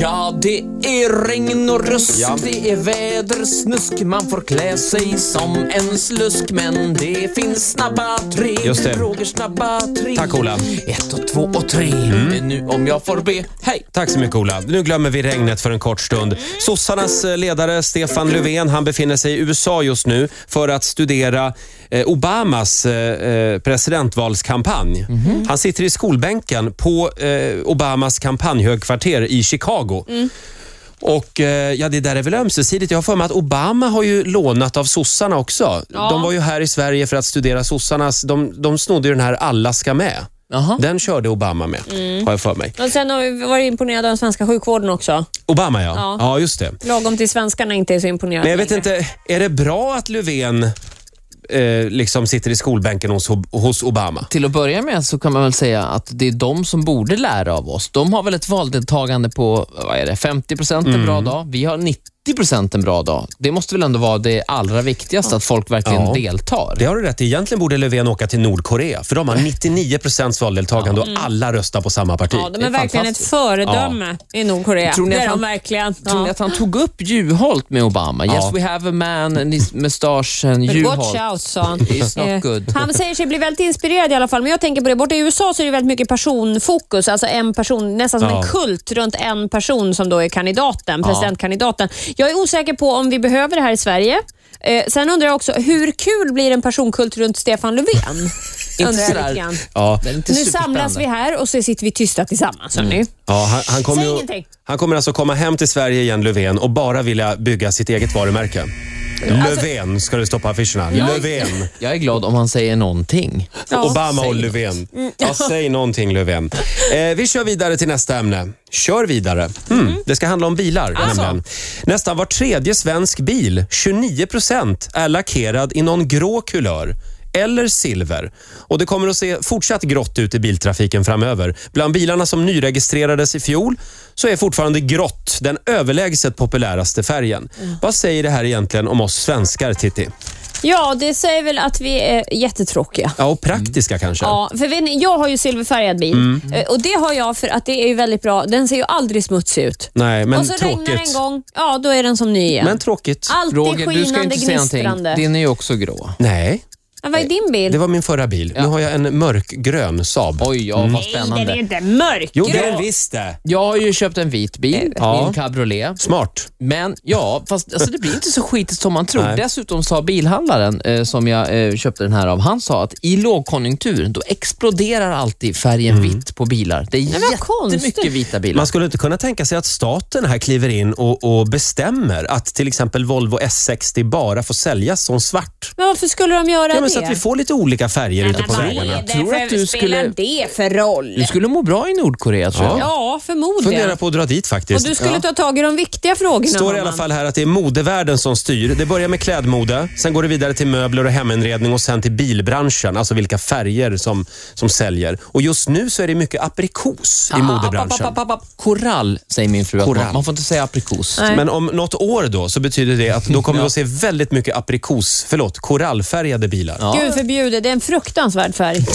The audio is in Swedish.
Ja, det är regn och rusk, Ja. det är vädersnusk. Man får klä sig som en slusk. Men det finns snabba tre Just det. frågor, snabba tre. Tack, Ola. Mm. Ett och två och tre. Men nu om jag får be, hej! Tack så mycket Ola. Nu glömmer vi regnet för en kort stund. Sossarnas eh, ledare Stefan Löfven han befinner sig i USA just nu för att studera eh, Obamas eh, eh, presidentvalskampanj. Han sitter i skolbänken på eh, Obamas kampanjhögkvarter i Chicago. Och eh, ja, det där är väl ömsesidigt. Jag har för mig att Obama har ju lånat av sossarna också. De var ju här i Sverige för att studera sossarnas. De, de snodde ju den här Alla ska med. Jaha. Den körde Obama med, har jag för mig. Och sen har vi varit imponerade av den svenska sjukvården också. Obama ja. ja. Ja. just det. Lagom till svenskarna inte är så imponerade Men jag vet längre. inte, är det bra att Löfven eh, liksom sitter i skolbänken hos, hos Obama? Till att börja med så kan man väl säga att det är de som borde lära av oss. De har väl ett valdeltagande på vad är det, 50 procent Mm. en bra dag. Vi har 90 procent en bra dag. Det måste väl ändå vara det allra viktigaste, att folk verkligen Ja. deltar. Det har du rätt i. Egentligen borde Löfven åka till Nordkorea för de har 99 valdeltagande och alla röstar på samma parti. Mm. Ja, de Det är är verkligen ett fantastiskt. föredöme i Nordkorea. Tror ni det att är han- de verkligen. Tror ni Ja. att han tog upp Juholt med Obama? Yes we have a man, and his mustache and But watch Juholt. out, sa han. It's not Eh, good. Han säger sig bli väldigt inspirerad i alla fall, men jag tänker på det. Borta i USA så är det väldigt mycket personfokus, alltså en person, nästan som Ja. en kult runt en person som då är kandidaten, presidentkandidaten. Jag är osäker på om vi behöver det här i Sverige. Eh, sen undrar jag också, hur kul blir en personkult runt Stefan Löfven? undrar jag sådär. lite grann. Ja. Det är inte Nu superspännande. samlas vi här och så sitter vi tysta tillsammans. Mm. Ja, han, han, kommer Säg ju, ingenting. han kommer alltså komma hem till Sverige igen, Löfven, och bara vilja bygga sitt eget varumärke. Löfven ska det stå på affischerna. Löfven. Jag är glad om han säger någonting. Ja. Mm. Obama och Säg Löfven. Ja, säg någonting Löfven. Eh, vi kör vidare till nästa ämne. Kör vidare. Mm. Det ska handla om bilar. Alltså. Nämligen. Nästan var tredje svensk bil, 29 procent, är lackerad i någon grå kulör eller silver. Och Det kommer att se fortsatt grått ut i biltrafiken framöver. Bland bilarna som nyregistrerades i fjol så är fortfarande grått den överlägset populäraste färgen. Mm. Vad säger det här egentligen om oss svenskar, Titti? Ja, det säger väl att vi är jättetråkiga. Ja, och praktiska kanske? Ja, för vet ni, jag har ju silverfärgad bil Mm. Eh, och det har jag för att det är ju väldigt bra. Den ser ju aldrig smutsig ut. Nej, men och så tråkigt. regnar det en gång, ja Ah. då är den som ny igen. Men tråkigt. Alltid Roger, du ska skinande, inte säga någonting. gnistrande. Din är ju också grå. Nej, Ja, vad är din bil? det var min förra bil. Nu har jag en mörkgrön Saab. Oj, ja, vad Nej, den är spännande. inte mörk. Jo, det är den visst det. Jag har ju köpt en vit bil, min cabriolet. Smart. Men ja, fast alltså, det blir inte så skitigt som man tror. Nej. Dessutom sa bilhandlaren eh, som jag eh, köpte den här av, han sa att i lågkonjunktur då exploderar alltid färgen Mm. vitt på bilar. Det är vad jättemycket konstigt. vita bilar. Man skulle inte kunna tänka sig att staten här kliver in och, och bestämmer att till exempel Volvo S60 bara får säljas som svart. Men varför skulle de göra Ja, det? men så att vi får lite olika färger ute på vad är vägarna. det Tror för, att du spelar skulle- det för roll? Du skulle må bra i Nordkorea tror jag. Ja, förmodligen. Fundera på att dra dit Och faktiskt. du skulle ta tag i de viktiga frågorna. står i alla Roman. fall här att det är modevärlden som styr. Det börjar med klädmode, sen går det vidare till möbler och heminredning och sen till bilbranschen, alltså vilka färger som, som säljer. Och just nu så är det mycket aprikos Ah. i modebranschen. App, app, app, app, app. Korall säger min fru att Korall. man, man får inte säga aprikos. Nej. Men om något år då så betyder det att då kommer vi att se väldigt mycket aprikos, förlåt, korallfärgade bilar. Gud förbjude, det är en fruktansvärd färg.